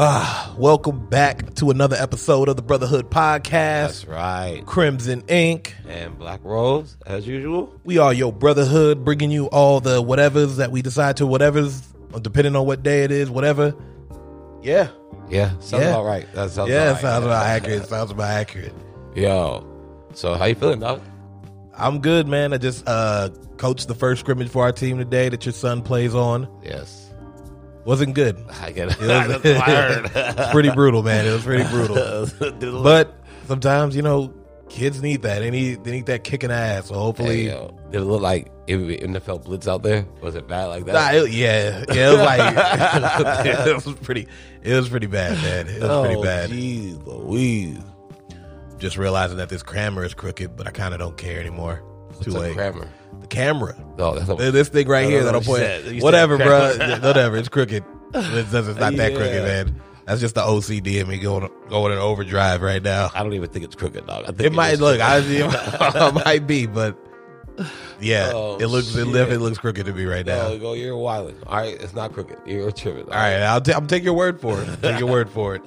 Ah, welcome back to another episode of the Brotherhood Podcast, That's right. Crimson Ink. And Black Rose, as usual. We are your brotherhood, bringing you all the whatevers that we decide to, whatevers, depending on what day it is, whatever. Yeah, Yeah, sounds Yeah. about right. That sounds yeah, it about right. sounds about accurate. It sounds about accurate. Yo, so how you feeling, dog? I'm good, man. I just uh coached the first scrimmage for our team today that your son plays on. Yes, Wasn't good. I get it. It was, it's pretty brutal, man. It was pretty brutal. brutal. But sometimes, you know, kids need that. They need they need that kicking ass. So hopefully. did it look like it would be NFL blitz out there? Was it bad like Nah, that? it, yeah, yeah, it was like it was pretty. It was pretty bad, man. It was pretty bad. Oh, Jeez, Louise. Just realizing that this camera is crooked, but I kind of don't care anymore. It's too It's a late. crammer. the camera, No, that's Th- a, this thing right I here that don't know I'm what Oh, you pointing. said. You said whatever, bro. camera. whatever. It's crooked. It's, it's not that crooked, Yeah. man. That's just the OCD in me going going in overdrive right now. I don't even think it's crooked, dog. I think It might is look. I, crooked. it might be, but yeah, Oh, it looks. It, shit. Oh, looks- it looks crooked to me right now. No, go. You're wilding. All right, it's not crooked. You're tripping. All right, I'll t- I'm take your word for it. Take your word for it.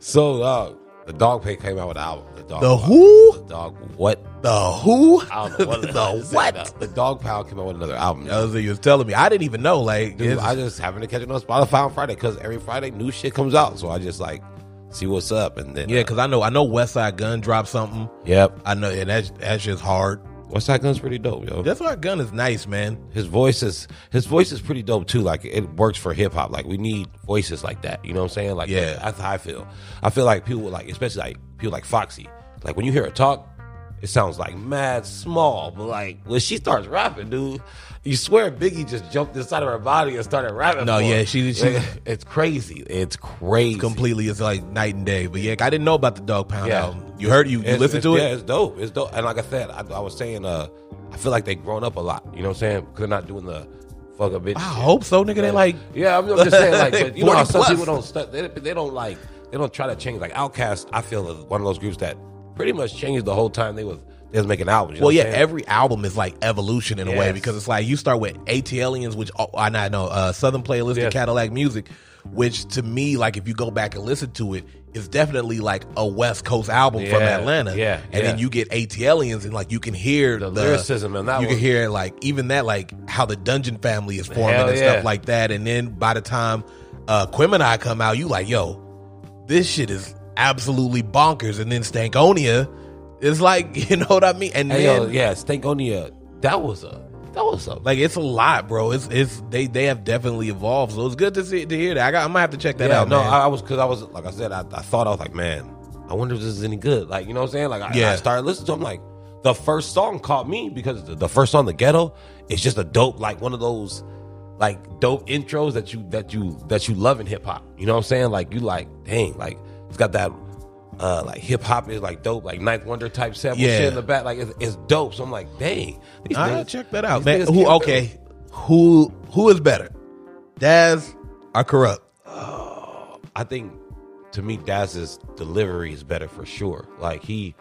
So, dog, the dog pig came out with an album. The dog. The Pound. who? The dog. What? The who? I don't know what. the what? The dog pound came out with another album. That was what you was telling me. I didn't even know. Like, Dude, it's- I just happened to catch it on Spotify on Friday because every Friday new shit comes out. So I just like see what's up and then yeah, uh, because I know I know West Side Gun dropped something. yep. I know, and that's that's just hard. What's that gun's pretty dope, yo. That's why Gun is nice, man. his voice is his voice is pretty dope too. Like it works for hip hop. Like we need voices like that. You know what I'm saying? Like Yeah. that's how I feel. I feel like people like especially like people like Foxy. Like when you hear her talk, it sounds like mad small, but like when she starts rapping, dude, you swear Biggie just jumped inside of her body and started rapping. No, for her. yeah, she- she- Like, it's crazy. It's crazy. Completely, it's like night and day. But yeah, I didn't know about the Dog Pound Yeah. album. You heard you, you It's- listened it's- to Yeah, it. it's dope. It's dope. And like I said, I, I was saying, uh, I feel like they've grown up a lot. You know what I'm saying? Because they're not doing the fuck a bitch. I shit. hope so, nigga. They like yeah, I'm, I'm just saying, like, but you know, how 40 some plus. people don't, stu- they, they don't like, they don't try to change. Like Outkast, I feel is one of those groups that pretty much changed the whole time they was they was making albums. You know Well, what yeah, I'm saying? every album is like evolution in a way Yes. because it's like you start with AT Aliens, which oh, I not know uh, Southern Playlist Yeah. and Cadillac Music, which to me, like if you go back and listen to it, is definitely like a West Coast album from Yeah, Atlanta. yeah, and then yeah. you get AT Aliens, and like you can hear the, lyricism in that You one. can hear like even that, like how the Dungeon Family is forming Hell and yeah. stuff like that. And then by the time uh, Quim and I come out, you like yo, this shit is absolutely bonkers. And then Stankonia. is like, you know what I mean? And Hey, then yo, yeah, Stankonia, that was a, that was a, like it's a lot, bro. It's it's they they have definitely evolved. So it's good to see to hear that. I got I might have to check that yeah, out. no, man. I, I was because I was like I said, I, I thought I was like, man, I wonder if this is any good. Like you know what I'm saying? Like I, Yeah. I started listening to him. Like the first song caught me because the, the first song, the ghetto, is just a dope like one of those like dope intros that you that you that you love in hip hop. You know what I'm saying? Like you like, dang, like it's got that. Uh, like hip hop is like dope, like Ninth Wonder type sample Yeah. shit in the back, like it's, it's dope. So I'm like, dang, these I'll niggas- check that out, these man. niggas Who came okay? Who who is better, Daz or Corrupt? I think to me Daz's delivery is better for sure. Like he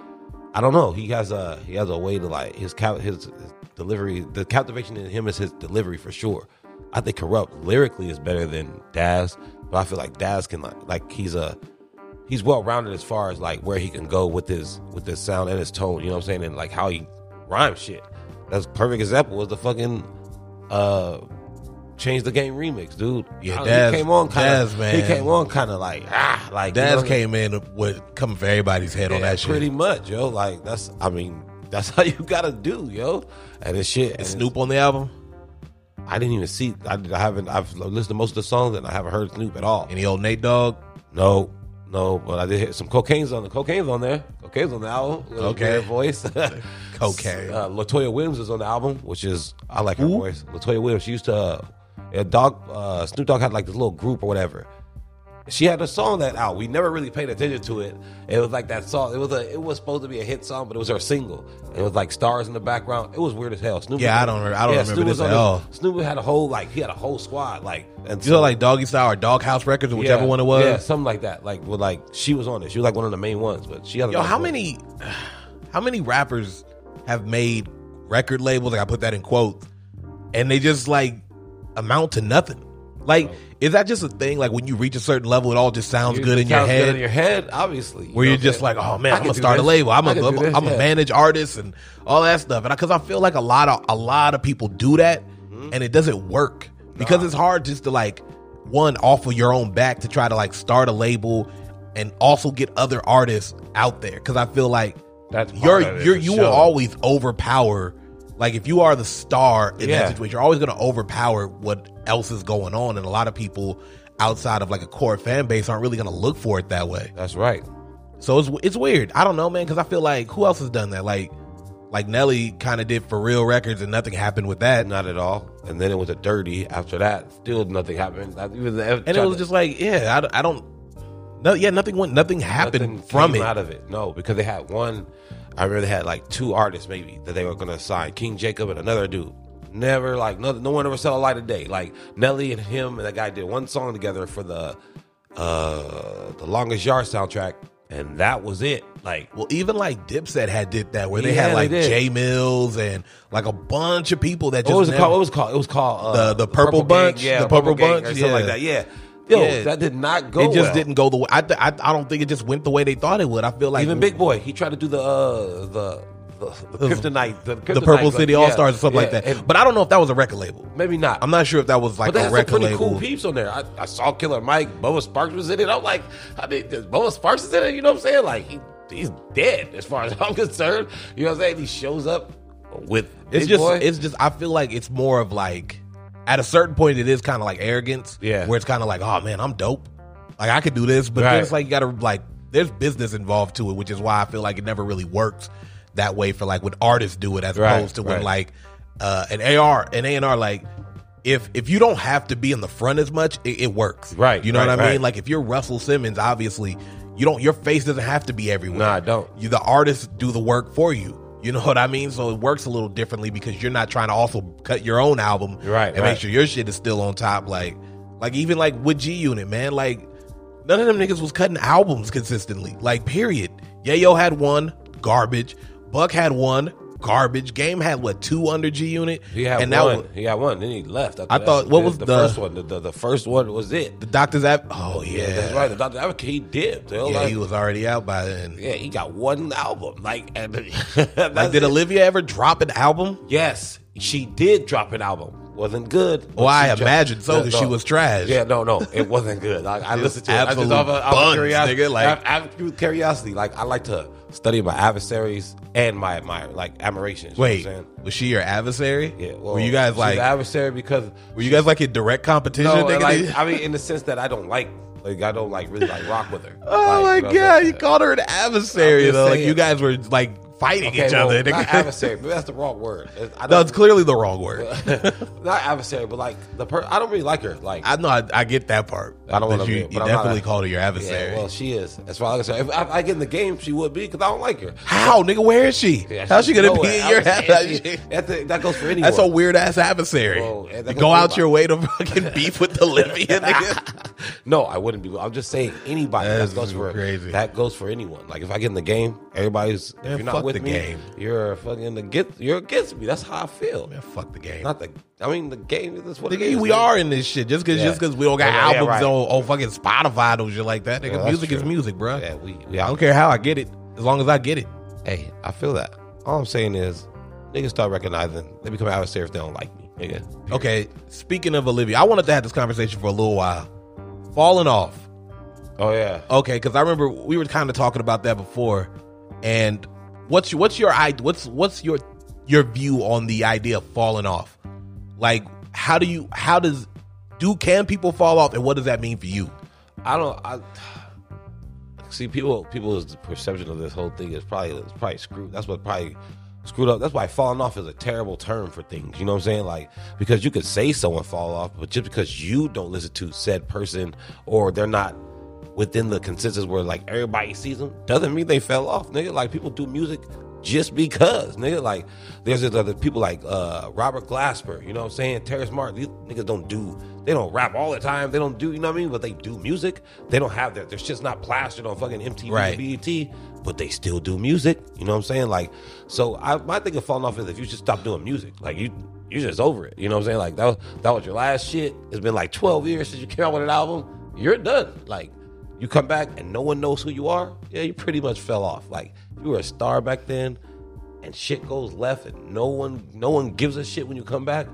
I don't know, he has a he has a way to like his cap his, his delivery the captivation in him is his delivery for sure. I think corrupt lyrically is better than Daz, but I feel like Daz can like like he's a he's well rounded as far as like where he can go with his with his sound and his tone, you know what I'm saying? And like how he rhymes shit. That's perfect example was the fucking uh Change the game remix, dude. Yeah, I- Daz- Oh, he came on kind Daz, of. He man. came on kind of like ah, like you know Daz what I mean? came in with coming for everybody's head on Yeah, that shit. pretty much, yo. Like that's, I mean, that's how you gotta do, yo. And it's shit. And it's- Snoop on the album, I didn't even see. I, I haven't. I've listened to most of the songs, and I haven't heard Snoop at all. any old Nate Dogg? No, no. But I did hear some cocaine's on the cocaine's on there. Cocaine's on the album. with a Okay. weird voice. Cocaine. Uh, Latoya Williams is on the album, which is I like her Who? voice. Latoya Williams. She used to. Uh, yeah, dog. Uh, Snoop Dogg had like this little group or whatever. She had a song that out. We never really paid attention to it. It was like that song. It was a. It was supposed to be a hit song, but it was her single. It was like stars in the background. It was weird as hell. Snoop. Yeah, was- I don't re- I don't remember Snoop this was on at the- all. Snoop had a whole like he had a whole squad like and You know, like Doggy Style or Doghouse Records or whichever yeah, one it was. Yeah, something like that. Like, well, like she was on it. She was like one of the main ones, but she. Had Yo, how many how many rappers have made record labels, like I put that in quotes, and they just like amount to nothing. Like, is that just a thing? Like when you reach a certain level, it all just sounds good in your Sounds head. in your head, obviously. you where know you're what I'm just saying? like, oh man, I I'm can gonna do start a this. label. I'm I can gonna do this, I'm gonna yeah. manage artists and all that stuff. And because I, feel like a lot of a lot of people do that, Mm-hmm. and it doesn't work because it's hard just to like one off of your own back to try to like start a label and also get other artists out there. Because I feel like That's part of you're it, you're for you sure. will always overpower. Like if you are the star in Yeah. that situation, you're always gonna overpower what else is going on, and a lot of people outside of like a core fan base aren't really gonna look for it that way. That's right. So it's it's weird. I don't know, man, because I feel like who else has done that? Like like Nelly kind of did for real records, and nothing happened with that. Not at all. And then it was a dirty. After that, still nothing happened. Not Even the And it was just like, yeah, I, don't- I don't. No, yeah, nothing went. Nothing happened nothing from came it. out of it. No, because they had one. I remember they had like two artists maybe that they were gonna sign, King Jacob and another dude. Never like no, no one ever saw a light of day. Like Nelly and him and that guy did one song together for the uh the longest yard soundtrack, and that was it. Like Well, even like Dipset had did that, where they Yeah, had they like did. J Mills and like a bunch of people that just what was it never- called? What was it called? It was called uh, The- the Purple Gang. Bunch? yeah, The Purple Gang Bunch? or something like Yeah. that. Yeah, yo, Yeah. that did not go. It just well. didn't go the way. I, th- I I don't think it just went the way they thought it would. I feel like Even Big Boy, he tried to do the uh, the, the the Kryptonite, the, the Kryptonite, Purple like, City yeah, All Stars or something like yeah, that. and but I don't know if that was a record label. maybe not. I'm not sure if that was like But they a had some record pretty label. cool peeps on there. I, I saw Killer Mike. Boa Sparks was in it. I'm like, I mean, this Boa Sparks is in it. You know what I'm saying? Like, he, he's dead as far as I'm concerned. You know what I'm saying? He shows up with It's Big just Boy. it's just I feel like it's more of like at a certain point it is kind of like arrogance. Yeah. Where it's kind of like, oh man, I'm dope. Like I could do this, but Right. then it's like you gotta like there's business involved to it, which is why I feel like it never really works that way for like when artists do it as Right, opposed to when right. like uh an AR an A and R like if if you don't have to be in the front as much, it, it works. Right, You know right, what I mean? right. Like if you're Russell Simmons, obviously you don't your face doesn't have to be everywhere. Nah, it don't. You the artists do the work for you. You know what I mean? So it works a little differently because you're not trying to also cut your own album Right, and right. make sure your shit is still on top. Like like even like with G Unit, man, like none of them niggas was cutting albums consistently. Like, period. Yayo had one, garbage. Buck had one, garbage. Game had what, two under G Unit? he had and one. now he had one. Then he left. I thought- what was the, the- first one? The, the, the first one was it. the doctor's app Oh yeah. That's right. The Dr. Africa, he dipped. They were Yeah, like- he was already out by then. yeah, he got one album. Like, and, Like, did Olivia ever drop an album? Yes, she did drop an album. Wasn't good. but Well, I she dro- imagine so No, because no. she was trash. Yeah, no, no, it wasn't good. Like, I listened to it. I absolute just off of, off of buns, curiosity. nigga, like- I, I, through curiosity. Like I like to study my adversaries and my admirer, like admirations. Wait, you know what I'm was she your adversary? saying? yeah. Well, were you guys she's like an adversary because were you guys like in direct competition? no, Nigga, and, like, did- I mean, in the sense that I don't like, like I don't like really like rock with her. oh Like, my you know what god, I'm you saying? called her an adversary I'm just though. Like saying. you guys were like fighting Okay, each well, other. Not nigga. adversary. Maybe that's the wrong word. I no, don't- it's clearly the wrong word. not adversary, but like the per. I don't really like her. Like I know I, I get that part. I don't But wanna you, be- you but I'm not definitely a- called her your adversary. Yeah, well, she is. As far as I'm concerned, if I, I get in the game, she would be because I don't like her. How nigga? Where is she? Yeah, How's she gonna nowhere. be in I your? was- and she- adversary? That, thing- that goes for anyone. That's a weird ass adversary. Well, and you that goes go out anybody. your way to fucking beef with Olivia, nigga. no, I wouldn't be. I'm just saying anybody. That's That goes for crazy. That goes for anyone. Like if I get in the game, everybody's. Man, if you're fuck not with the me, game. you're fucking against. You're against me. That's how I feel. Man, fuck the game. Not the. I mean, the game is what it Nigga, is. we man. are in this shit just because Yeah. just because we don't got Yeah, yeah, albums right. on, on fucking Spotify and shit like that. Nigga, Yeah, that's music is true. music, bro. Yeah, we. we I out don't care how I get it, as long as I get it. Hey, I feel that. All I'm saying is, niggas start recognizing they become adversary if they don't like me. Nigga. Okay, speaking of Olivia, I wanted to have this conversation for a little while. Falling off. Oh yeah. Okay, because I remember we were kind of talking about that before. And what's your, what's your idea? What's what's your your view on the idea of falling off? Like, how do you how does do can people fall off, and what does that mean for you? I don't. I see people. People's perception of this whole thing is probably is probably screwed. That's what probably screwed up. That's why falling off is a terrible term for things. You know what I'm saying? Like because you could say someone fall off, but just because you don't listen to said person or they're not within the consensus where like everybody sees them doesn't mean they fell off, nigga. Like people do music just because, nigga. Like there's these other people like uh Robert Glasper, you know what I'm saying? Terrence Martin, these niggas don't do they don't rap all the time. They don't do, you know what I mean? But they do music. They don't have that. Their shit's not plastered on fucking MTV Right. BET, but they still do music. You know what I'm saying? Like, so I my thing of falling off is if you just stop doing music. Like you you just over it. You know what I'm saying? Like that was that was your last shit. It's been like 12 years since you came out with an album. You're done. Like you come back and no one knows who you are. Yeah, you pretty much fell off. Like you were a star back then, and shit goes left, and no one no one gives a shit when you come back.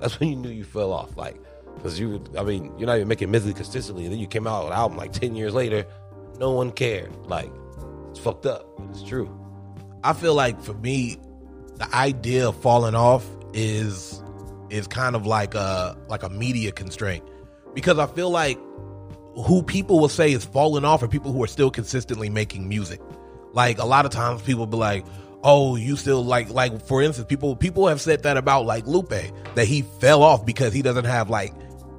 That's when you knew you fell off. Like because you, I mean, you're not even making music consistently. And then you came out with an album like 10 years later. No one cared. Like it's fucked up. But it's true. I feel like for me, the idea of falling off is is kind of like a like a media constraint because I feel like who people will say is falling off are people who are still consistently making music. Like a lot of times people be like, "Oh, you still like like for instance, people people have said that about like Lupe that he fell off because he doesn't have like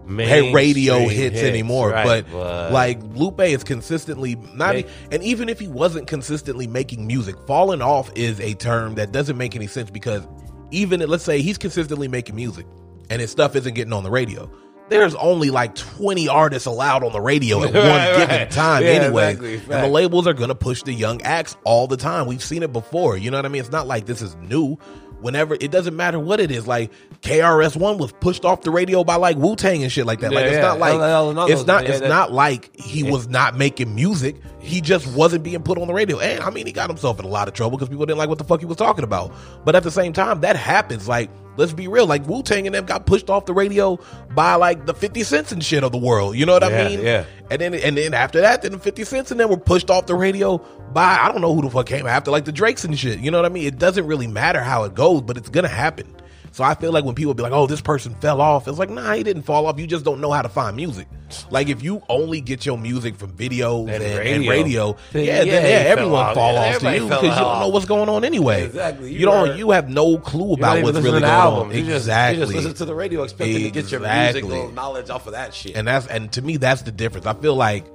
hey radio Mainstream hits, anymore. right, but, like Lupe is consistently not, e-, Make- and even if he wasn't consistently making music, falling off is a term that doesn't make any sense because even if- let's say he's consistently making music and his stuff isn't getting on the radio. There's only like 20 artists allowed on the radio at Right, one given right. time, Yeah, anyway. exactly, and the facts. labels are going to push the young acts all the time. We've seen it before. You know what I mean? It's not like this is new. Whenever it doesn't matter what it is, like KRS One was pushed off the radio by like Wu Tang and shit like that. like Yeah, it's yeah. not like Hell, hell, it's not yeah, it's that- not like he was not making music. He just wasn't being put on the radio. And I mean, he got himself in a lot of trouble because people didn't like what the fuck he was talking about. But at the same time, that happens. Like, let's be real. Like Wu Tang and them got pushed off the radio by like the Fifty Cents and shit of the world. You know what I Yeah, mean? yeah. And then and then after that, then the Fifty Cents and then were pushed off the radio by I don't know who the fuck came after, like the Drakes and shit. You know what I mean? It doesn't really matter how it goes, but it's gonna happen. So I feel like when people be like, "Oh, this person fell off," it's like, "Nah, he didn't fall off. You just don't know how to find music. Like if you only get your music from videos and, And and radio, radio. Then yeah, yeah, then he yeah, fell everyone off. fall Yeah, off to everybody you fell because you don't off. know what's going on anyway. Exactly. You, You don't. were- You have no clue You're not about even what's listening really going to the on. album. You just- exactly. You just, listen to the radio expecting to get Exactly. your musical knowledge off of that shit. And that's and to me that's the difference. I feel like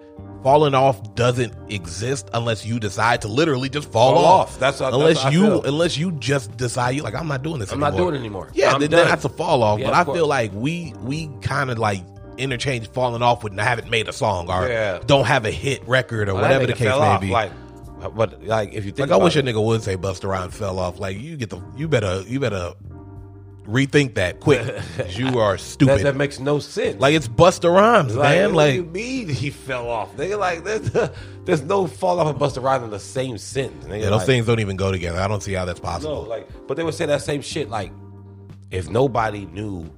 falling off doesn't exist unless you decide to literally just fall, Fall off. off. That's what- that's unless what I you feel. unless you just decide you like I'm not doing this I'm anymore. not doing it anymore. Yeah, I'm then done. that's a fall off. Yeah, but of I course. feel like we we kind of like interchange falling off with I haven't made a song or Yeah. don't have a hit record or Well, that whatever the nigga case fell may off, be. Like, Like, but like if you think I about wish it, a nigga would say Buster Rhymes fell off. Like you get the you better you better rethink that quick. 'cause you are that, stupid. that makes no sense. like it's Buster Rhymes, Like, man. what Like do you mean he fell off? Nigga, like there's, there's no fall off of Buster Rhymes in the same sentence. Nigga, Yeah, those like, things don't even go together. I don't see how that's No, possible. like, but they would say that same shit. Like, if nobody knew,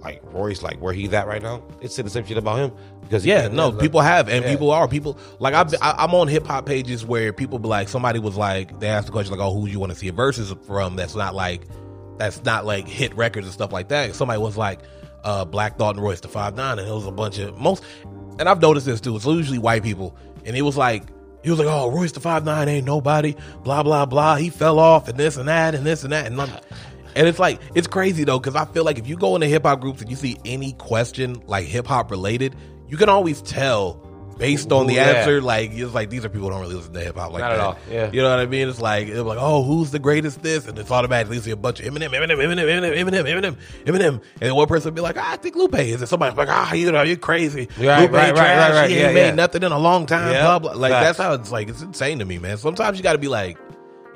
like Royce, like where he's at right now, they'd say the same shit about him. Because yeah, no, like, people have, and yeah. people are people. Like I've, been- I, I'm on hip hop pages where people be like, somebody was like, they asked the question like, oh, who you want to see a verses from? That's not like, that's not like hit records and stuff like that. Somebody was like, uh, Black Thought and Royce the Five Nine, and it was a bunch of most. And I've noticed this too. It's usually white people, and it was like. He was like, "Oh, Royce the Five Nine ain't nobody." Blah blah blah. He fell off, and this and that, and this and that, and I'm, And it's like it's crazy though, because I feel like if you go into hip hop groups and you see any question like hip hop related, you can always tell based on the Ooh, yeah. answer. Like it's like these are people who don't really listen to hip hop like Not that. at all, yeah. You know what I mean? It's like they're like, oh, who's the greatest this? And it's automatically you see a bunch of Eminem, Eminem, Eminem, Eminem, Eminem, Eminem, Eminem, and then one person will be like, ah, I think Lupe is, and somebody's like, ah, you know, you're crazy. Right, Lupe right, right, trash. right, right. He Yeah, ain't made yeah. nothing in a long time. Yep. Blah blah. Like that's Facts. how it's like. It's insane to me, man. Sometimes you got to be like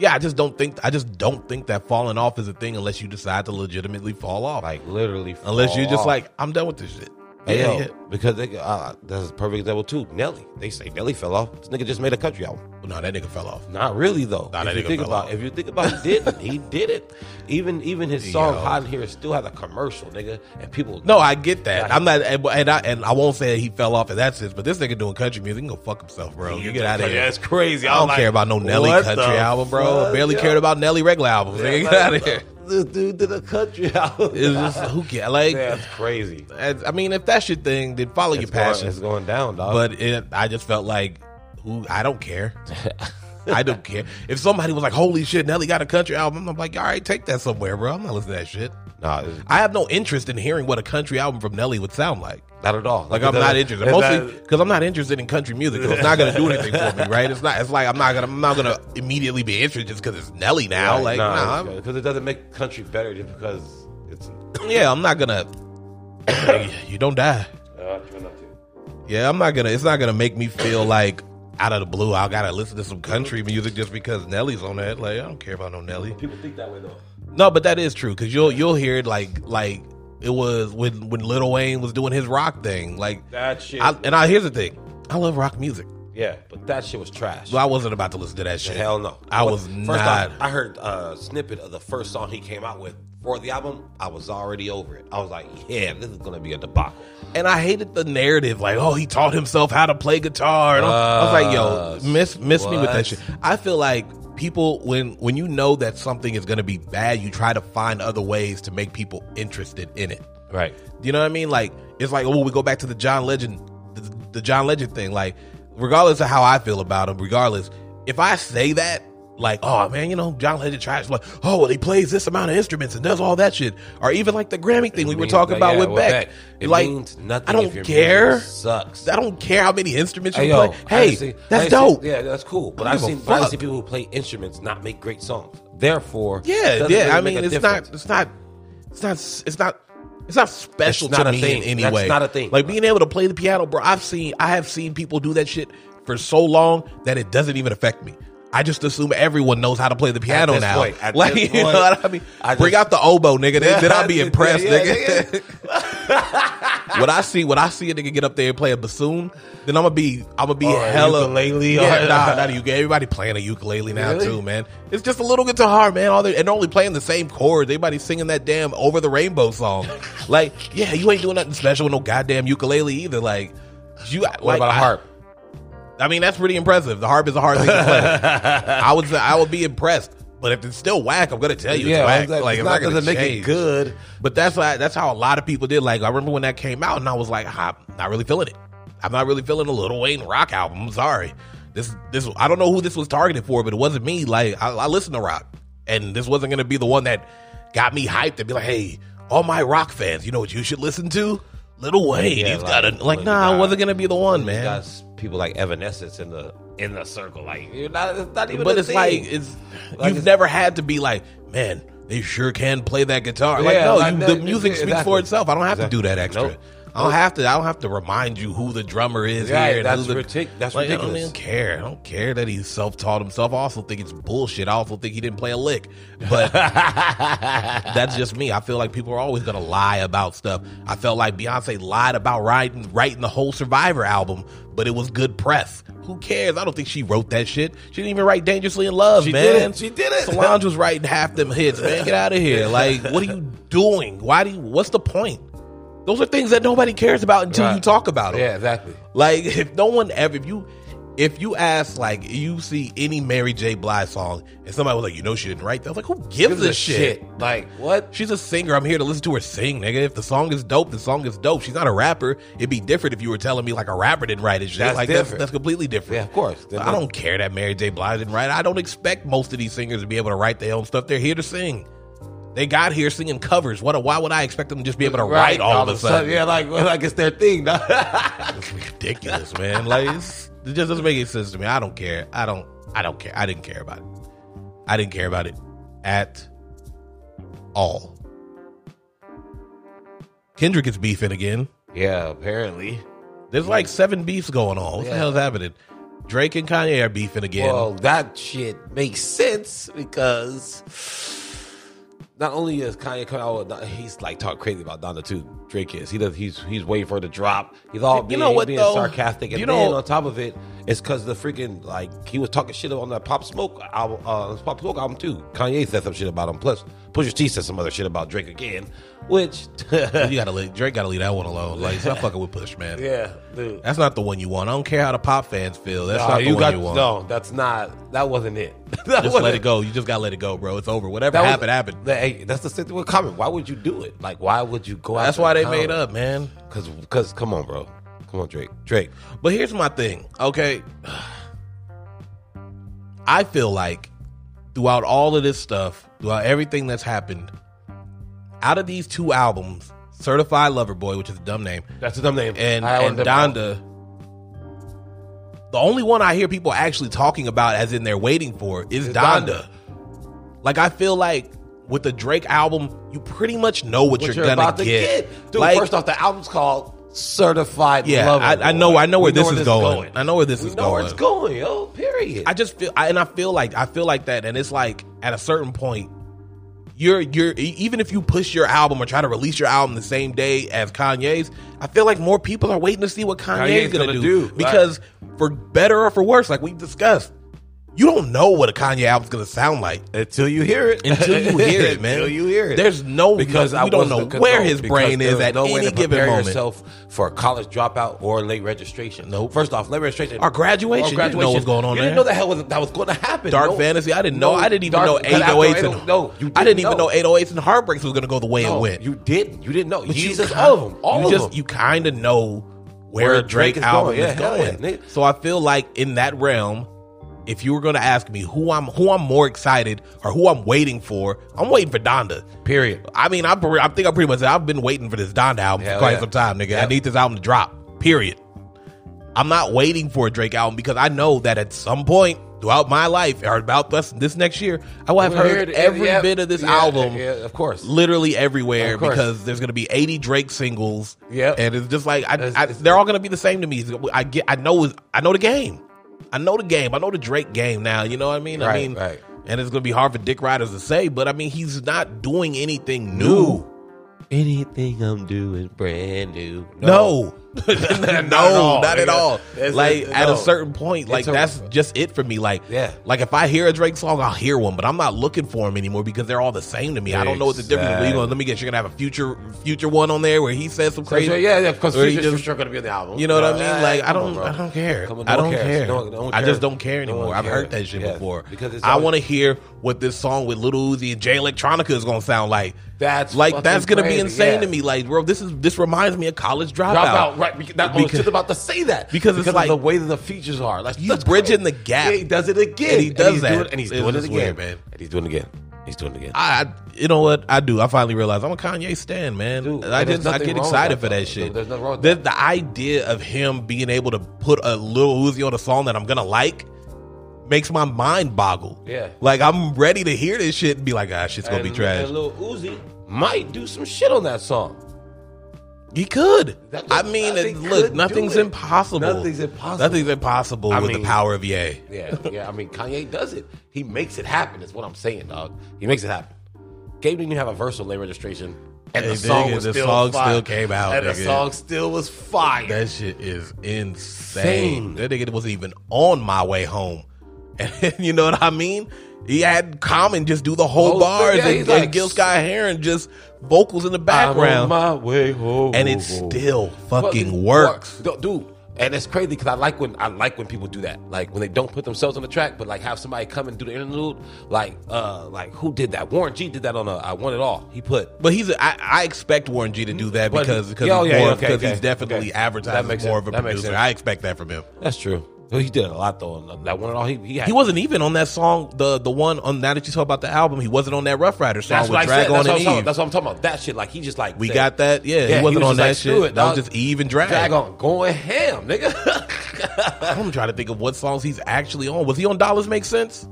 yeah, I just don't think I just don't think that falling off is a thing unless you decide to legitimately fall off. like literally, unless fall you're just off. like, I'm done with this shit. Hey, yo, because they, uh, that's a perfect example too. Nelly, they say Nelly fell off. This nigga just made a country album. No, that nigga fell off. Not really though. Nah, that if you nigga think fell about, off. if you think about, he didn't. he did it. Even even his song Yo. "Hot in Here" still had a commercial, nigga, and people. No, I get that. Nah. I'm not, and, and I and I won't say that he fell off in that sense, but this nigga doing country music, he can go fuck himself, bro. You get out of here. That's crazy. I don't care about no Nelly country album, bro. I barely cared about Nelly regular albums. nigga, get out of here. This dude did a country album. It's just who cares? Like, That's crazy. as- I mean, if that's your thing, then follow your It's going, passion. it's going down, dog. but it, I just felt like, who? I don't care. I don't care. If somebody was like, "Holy shit, Nelly got a country album," I'm like, "All right, take that somewhere, bro. I'm not listening to that shit. nah, it's I have no interest in hearing what a country album from Nelly would sound like. not at all. Like I'm it's not interested, it's mostly not- because I'm not interested in country music. 'cause It's not gonna do anything for me, right? It's not. It's like I'm not gonna. I'm not gonna immediately be interested just because it's Nelly now. right, like, nah, I'm- because it doesn't make country better just because it's. yeah, I'm not gonna. Hey, you don't die. Uh, try not to. Yeah, I'm not gonna. It's not gonna make me feel like out of the blue. I gotta listen to some country music just because Nelly's on that. Like, I don't care about no Nelly. People think that way though. No, but that is true because you'll you'll hear it like like it was when when Lil Wayne was doing his rock thing. Like, That shit. I, and I here's the thing, I love rock music. yeah, but that shit was trash. Well, I wasn't about to listen to that shit. Hell no. I was First not. Off, I heard a snippet of the first song he came out with for the album. I was already over it. I was like, yeah, this is gonna be a debacle. and I hated the narrative, like, oh, he taught himself how to play guitar. And all- I was like, yo, Uh, miss miss me with that what? shit. I feel like people when when you know that something is gonna be bad, you try to find other ways to make people interested in it. Right. You know what I mean? Like it's like oh, we go back to the John Legend, the, the John Legend thing. Like regardless of how I feel about him, regardless if I say that, like oh man, you know John Legend trash. Like oh, well, he plays this amount of instruments and does all that shit, or even like the Grammy thing we were means talking no- about yeah, with we're Beck. back. It Like means nothing I if don't your care. music sucks. I don't care how many instruments you yo, play. I Hey, done seen- I that's done seen- dope. yeah, that's cool. But I I've don't seen, give a but I've fuck. seen people who play instruments not make great songs. Therefore, Yeah, doesn't yeah. really I make mean, a it's difference. not, it's not, it's not, it's not, it's not special It's not to a me thing. in any That's way. not a thing. Like being able to play the piano, bro. I've seen, I have seen people do that shit for so long that it doesn't even affect me. I just assume everyone knows how to play the piano this now. point, at like this you know point, what I mean? I Bring just- out the oboe, nigga. Then, then I'll be Yeah, impressed, yeah, nigga. when I see when I see a nigga get up there and play a bassoon, then I'm gonna be I'm gonna be Or Oh, a hella ukulele or- Yeah, nah, not a ukulele. Everybody playing a ukulele now Really? too, man. It's just a little guitar, man. All they and they're only playing the same chords. Everybody singing that damn "Over the Rainbow" song. like, yeah, you ain't doing nothing special with no goddamn ukulele either. Like, you. What What about a harp? I, mean, that's pretty impressive. The harp is a hard thing to play. I would say I would be impressed, but if it's still whack, I'm gonna tell you it's whack. exactly. Like, It's it's not not gonna doesn't make it change. good. But that's why that's how a lot of people did. Like I remember when that came out, and I was like, I'm not really feeling it. I'm not really feeling the Little Wayne rock album. I'm sorry. This this I don't know who this was targeted for, but it wasn't me. Like I, I listen to rock, and this wasn't gonna be the one that got me hyped and be like, hey, all my rock fans, you know what you should listen to? Little Wayne. Yeah, he's like, got a like. look, Nah, I nah. wasn't gonna be the one, You man. got s- people like Evanescence in the in the circle. Like you're not, it's not even. but a it's thing. like it's Like, you've it's- never had to be like, man, they sure can play that guitar. like Yeah, no, like, you, no, the it's- music it's- speaks for exactly. itself. I don't have Exactly. to do that extra. Nope. I don't have to. I don't have to remind you who the drummer is Right, here. and that's who the, ridic- that's like, I don't ridiculous. even care. I don't care that he self-taught himself. I also think it's bullshit. I also think he didn't play a lick. But that's just me. I feel like people are always gonna lie about stuff. I felt like Beyonce lied about writing writing the whole Survivor album, but it was good press. Who cares? I don't think she wrote that shit. She didn't even write Dangerously in Love, She man. didn't. She didn't. Solange was writing half them hits, man. Get out of here. Like, what are you doing? Why do you what's the point? Those are things that nobody cares about until you Right. talk about them. yeah, exactly. Like if no one ever if you if you ask like you see any Mary J. Blige song and somebody was like, you know she didn't write that, I was like, who gives a shit? Like what? She's a singer. I'm here to listen to her sing, nigga. If the song is dope, the song is dope. She's not a rapper. It'd be different if you were telling me like a rapper didn't write it. That's That's like that's, different. that's completely different. Yeah, of course. But I don't care that Mary J. Blige didn't write. it. I don't expect most of these singers to be able to write their own stuff. They're here to sing. They got here singing covers. What? Why would I expect them to just be able to write all, of a sudden? Yeah, like like it's their thing. It's ridiculous, man. Like it's, it just doesn't make any sense to me. I don't care. I don't. I don't care. I didn't care about it. I didn't care about it at all. Kendrick is beefing again. yeah, apparently. There's like seven beefs going on. What the Yeah. hell's happening? Drake and Kanye are beefing again. Well, that shit makes sense because not only is Kanye coming out, with, he's like talk crazy about Donna too. Drake is. He does. He's he's waiting for her to drop. He's all You being, know what, being though? sarcastic, and You then know- on top of it, it's because the freaking like he was talking shit on that Pop Smoke album, uh, his Pop Smoke album too. Kanye said some shit about him. Plus, Pusha T said some other shit about Drake again, which you gotta leave, Drake gotta leave that one alone. Like stop fucking with Push, man. yeah, dude. That's not the one you want. I don't care how the pop fans feel. That's Nah, not the you one got you want. no. That's not. That wasn't it. That Just let wasn't- it go. You just gotta let it go, bro. It's over. Whatever That was- happened, happened. that- hey, that's the same thing with Common. Why would you do it? Like, why would you go? That's why they made up, man. Because, because, come on, bro, come on, Drake, Drake. But here's my thing, okay? I feel like throughout all of this stuff, throughout everything that's happened, out of these two albums, Certified Lover Boy, which is a dumb name, That's a dumb name. and, I and owned them. Donda, the only one I hear people actually talking about as in they're waiting for is Is Donda. Donda. Like, I feel like with the Drake album, you pretty much know what, what you're, you're, gonna about get. to get, dude. Like, first off, the album's called Certified yeah, Lover. I, I Boy. know, I know where We this is going. I know where this we is know going. where it's going, yo. Period. I just feel, I, and I feel like I feel like that, and it's like at a certain point, you're you're e- even if you push your album or try to release your album the same day as Kanye's, I feel like more people are waiting to see what Kanye's, Kanye's gonna, do, gonna do, right. because for better or for worse, like we discussed, you don't know what a Kanye album's gonna sound like until you hear it. until you hear it, man. until you hear it. There's no because I we don't know wasn't in where control, his because brain there is was at no way any to given prepare moment. Yourself for a college dropout or late registration. Nope. First off, late registration Or graduation. Or You didn't know what was going on You there. didn't know the hell was that was going to happen. Dark No. Fantasy, I didn't know. No, I didn't even Dark- know because after 808s. and, 808 No, you I didn't even know 808s and Heartbreaks was going to go the way No, it went. You didn't. You didn't know. But you Jesus, ki- all of them. All you of just, them. You kind of know where, Where Drake, Drake is album going. Yeah, is hell yeah, going. nigga. so I feel like in that realm, if you were going to ask me who I'm who I'm more excited or who I'm waiting for, I'm waiting for Donda. Period. I mean, I, pre- I think I pretty much said I've been waiting for this Donda album for Hell quite yeah. some time, nigga. I Yep. need this album to drop. Period. I'm not waiting for a Drake album because I know that at some point throughout my life, or about this, this next year, I will have We'll hear heard it. every Yeah, bit of this yeah, album yeah, of course. literally everywhere Of course. because there's gonna be 80 Drake singles. Yep. and it's just like I, It's- I, it's- they're all gonna be the same to me. I get, I know, I know the game. I know the game. I know the Drake game now. You know what I mean? I Right, mean, right. and it's gonna be hard for Dick Riders to say, but I mean, he's not doing anything new. Anything I'm doing brand new. No, no, at all, not at nigga. all. It's- like it's- at a no. certain point, like a- that's just it for me. Like, Yeah. like if I hear a Drake song, I'll hear one, but I'm not looking for them anymore because they're all the same to me. I don't know what the difference. is. You know, Exactly. let me guess, you're gonna have a future, future one on there where he says some So, crazy. so, yeah, yeah, because Or he Future's just- for sure going to be on the album. You know what I mean? Yeah, Like I come don't, on, bro. I don't care. Come on, I no don't one cares. care. No one- no one I just cares. don't care anymore. one I've heard that cares. shit Yeah, before. Because it's I always- want to hear what this song with Little Uzi and Jay Electronica is gonna sound like. That's like fucking that's gonna be crazy, insane yeah. to me. Like, bro, this is this reminds me of college dropout. Drop out, right? Because, that, I was Because- just about to say that because it's of like- the way that the features are. Like He's that's bridging crazy. the gap. Yeah, he does it again, And he does he's that. doing- and he's It's doing it just again, weird, man. And he's doing it again. He's doing it again. I, I- you know what I do? I finally realized I'm a Kanye stan, man. Dude, I and there's just I nothing get wrong with excited that, for though. that shit. There's nothing wrong with the, that. the idea of him being able to put a little Uzi on a song that I'm gonna like makes my mind boggle. Yeah. like I'm ready to hear this shit and be like, ah, shit's gonna be And- trash. And Lil Uzi might do some shit on that song. He could. That- I mean, they it- could look, do nothing's it. impossible. Nothing's impossible. Nothing's impossible I with mean- the power of yay. Yeah, yeah. I mean, Kanye does it. He makes it happen. Is what I'm saying, dog. He makes it happen. Gabe didn't even have a verse on late registration, and Hey, the song nigga, was the still song fire. still came out, and nigga. the song still was fire. That shit is insane. Same. That nigga wasn't even on my way home. And you know what I mean? He had Common just do the whole Whole bars thing, Oh, yeah, and, he's and like- Gil Scott Heron just vocals in the background. I'm on my way home, and it still fucking Fucking works. works. dude. And it's crazy because I like when I like when people do that, like when they don't put themselves on the track, but like have somebody come and do the interlude. Like, uh, like who did that? Warren G did that on a I Want It All. He put But he's a, I, I expect Warren G to do that But he- because because Yeah, he's, yeah, more, yeah, okay, because okay, he's definitely okay. advertising That makes more sense. of a That makes producer. sense. I expect that from him. that's true. He did a lot though on that One It All. He he, had, He wasn't even on that song, the the one on now that you talk about the album. He wasn't on that Rough Rider song That's with what I said. Dragon That's what, I'm and talking, Eve. that's what I'm talking about. That shit, like he just like We said, got that. Yeah, Yeah, he he wasn't was on just that like, shit. screw it, that was dog. just Eve and Drag. drag on going ham, Uh, nigga. I'm trying to think of what songs he's actually on. Was he on Dollars Make Sense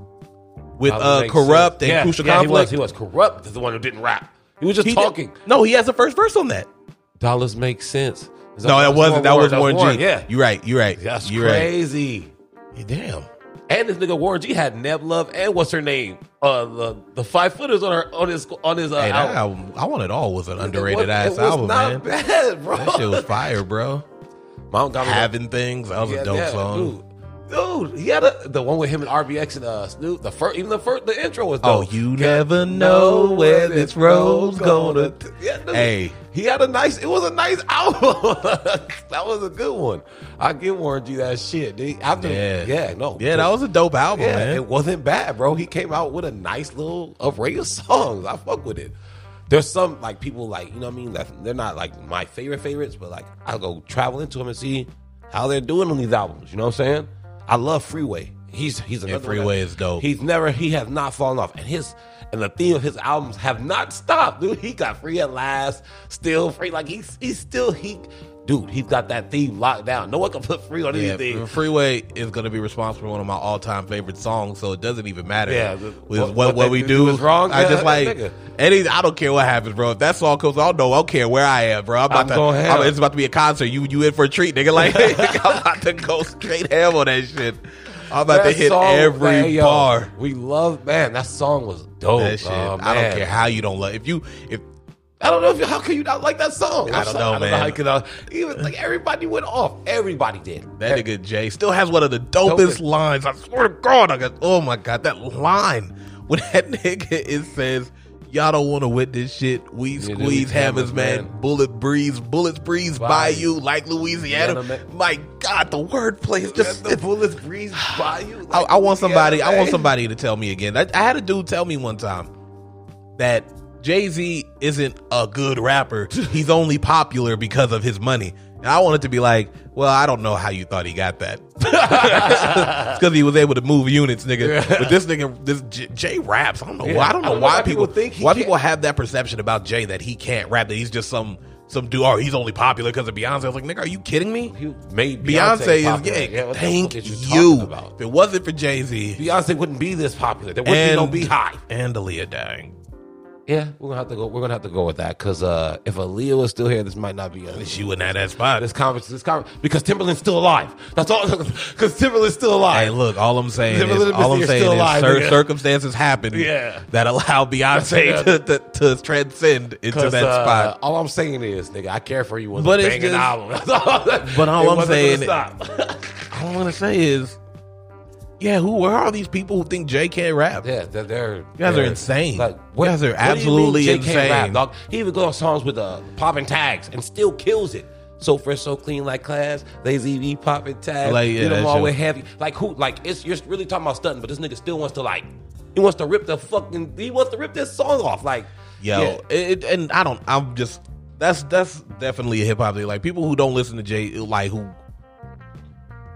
with That uh, makes Corrupt sense. and Yeah, Crucial yeah, Conflict? He was, he was corrupt. Is the one who didn't rap. He was just He did- talking. no, he has the first verse on that. Dollars make sense. No, that wasn't. That was Warren G. Yeah, you're right. You're right. that's you're crazy. right. Damn. And this nigga Warren G had Neb Love and what's her name? Uh, the, the five footers on her on his on his uh, Hey, that album. album, I want it all was an underrated It was- ass it was album, not man. Bad, bro. That shit was fire, bro. Mount Donovan- Having things, that was Yeah, a dope yeah, song. Dude, dude, he had a, the one with him and RBX and uh, Snoop. The first, even the first, the intro was Oh, dope. you never know where this road's gonna. t- Yeah, dude. Hey, He had a nice. It was a nice album. that was a good one. I give Warren G that shit. Dude. After, yeah, yeah. no, yeah, that was a dope album, Yeah, man. it wasn't bad, bro. He came out with a nice little array of songs. I fuck with it. There's some like people like you know what I mean. That they're not like my favorite favorites, but like I'll go travel into them and see how they're doing on these albums. You know what I'm saying? I love Freeway. He's he's another one Freeway that- is dope. He's never he has not fallen off, and his and the theme of his albums have not stopped, dude. He got free at last, still free. Like he's he's still he, dude. He's got that theme locked down. No one can put free on anything. Yeah, Freeway is going to be responsible for one of my all time favorite songs, so it doesn't even matter. Yeah, with the- what, what- what, what they we do do is wrong. I Yeah, just like nigga. any. I don't care what happens, bro. If that song comes, I'll know. I don't care where I am, bro. I'm about I'm to. going I'm- ham. it's about to be a concert. You you in for a treat, nigga? Like I'm about to go straight ham on that shit. I'm about to That hit song- every man, yo, bar. We love, man. That song was dope. That shit. Oh, I don't man. care how you don't love. If you if I don't know if you, how can you not like that song. I I'm don't sorry, know, man. how you could, uh, even like everybody went off. Everybody did. that nigga Jay still has one of the dopest Dopest. lines, I swear to God, I got oh my god, that line when that nigga it says. Y'all don't want to wit this shit. We do squeeze these hammers, hammers, man. man. Bullet breeze, bullets breeze by, By you like Louisiana. Louisiana, man. My God, the wordplay is just the bullets breeze by you. I, I want somebody. I want somebody. somebody to tell me again. I, I had a dude tell me one time that Jay Z isn't a good rapper. He's only popular because of his money. And I wanted to be like, well, I don't know how you thought he got that. Because he was able to move units, nigga. But this nigga, this J- Jay raps. I don't know. Yeah. Why, I don't know why, people, think he why can't- people have that perception about Jay that he can't rap. That he's just some some dude. Oh, he's only popular because of Beyonce. I was like, nigga, are you kidding me? You made Beyonce, Beyonce, is popular. getting. Yeah, what the thank fuck is you. you, talking about? If it wasn't for Jay Z Beyonce wouldn't be this popular. There wouldn't and be no Beehive. and Aaliyah dying, Yeah, we're gonna have to go. We're gonna have to go with that because uh, if Aaliyah was still here, this might not be a, she wouldn't have that spot. this conference. This conference because Timberland's still alive. That's all. Because Timberland's still Hey, alive. look, all I'm saying Little is, Miss all I'm You're saying still is, alive, cir- nigga. circumstances happen Yeah. that allow Beyonce to, to, to transcend into 'Cause, that uh, spot. All I'm saying is, nigga, I care for you. Was But a it's banging just- album. That's all- But all It I'm wasn't gonna saying- stop. All I want to say is, yeah, who? Where are these people who think Jay can't rap? Yeah, they're, they're you guys are insane. You guys are absolutely insane. dog? He even goes on songs with uh, popping tags and still kills it. So fresh, so clean, like class. Lazy V popping Like, tags. Like yeah, yeah, that them all shit- with heavy. Like who? Like it's you're really talking about stunting, but this nigga still wants to like. He wants to rip the fucking. He wants to rip this song off. Like Yo, yeah. it, and I don't. I'm just that's that's definitely a hip hop thing. Like people who don't listen to Jay, like who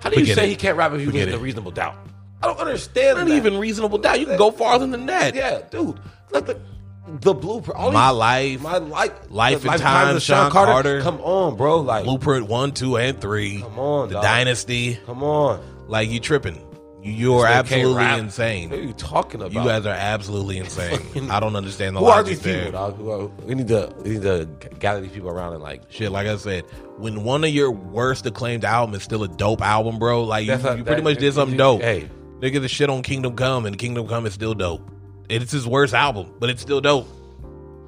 How do you forget say it. he can't rap if you Forget listen to it. Reasonable Doubt? I don't understand. not that. even reasonable doubt. You can go farther than that. Yeah, dude. Like the, the blueprint. All My these- life, Oh, My life. Life and the Life Times Times, of Sean Carter. Come on, bro. Like Blueprint one, two, and three. Come on, the dog. dynasty. Come on. Like you tripping. You, you are They can't absolutely rap. What are insane. you talking about? You guys are absolutely insane. I don't understand the who are logic these there. people? Dog? Who are, we need to we need to g- gather these people around and like. Shit, like I said, when one of your worst acclaimed album is still a dope album, bro, like you, That's not- you pretty that- much did something you- dope. hey. nigga, the shit on Kingdom Come and Kingdom Come is still dope. It's his worst album, but it's still dope.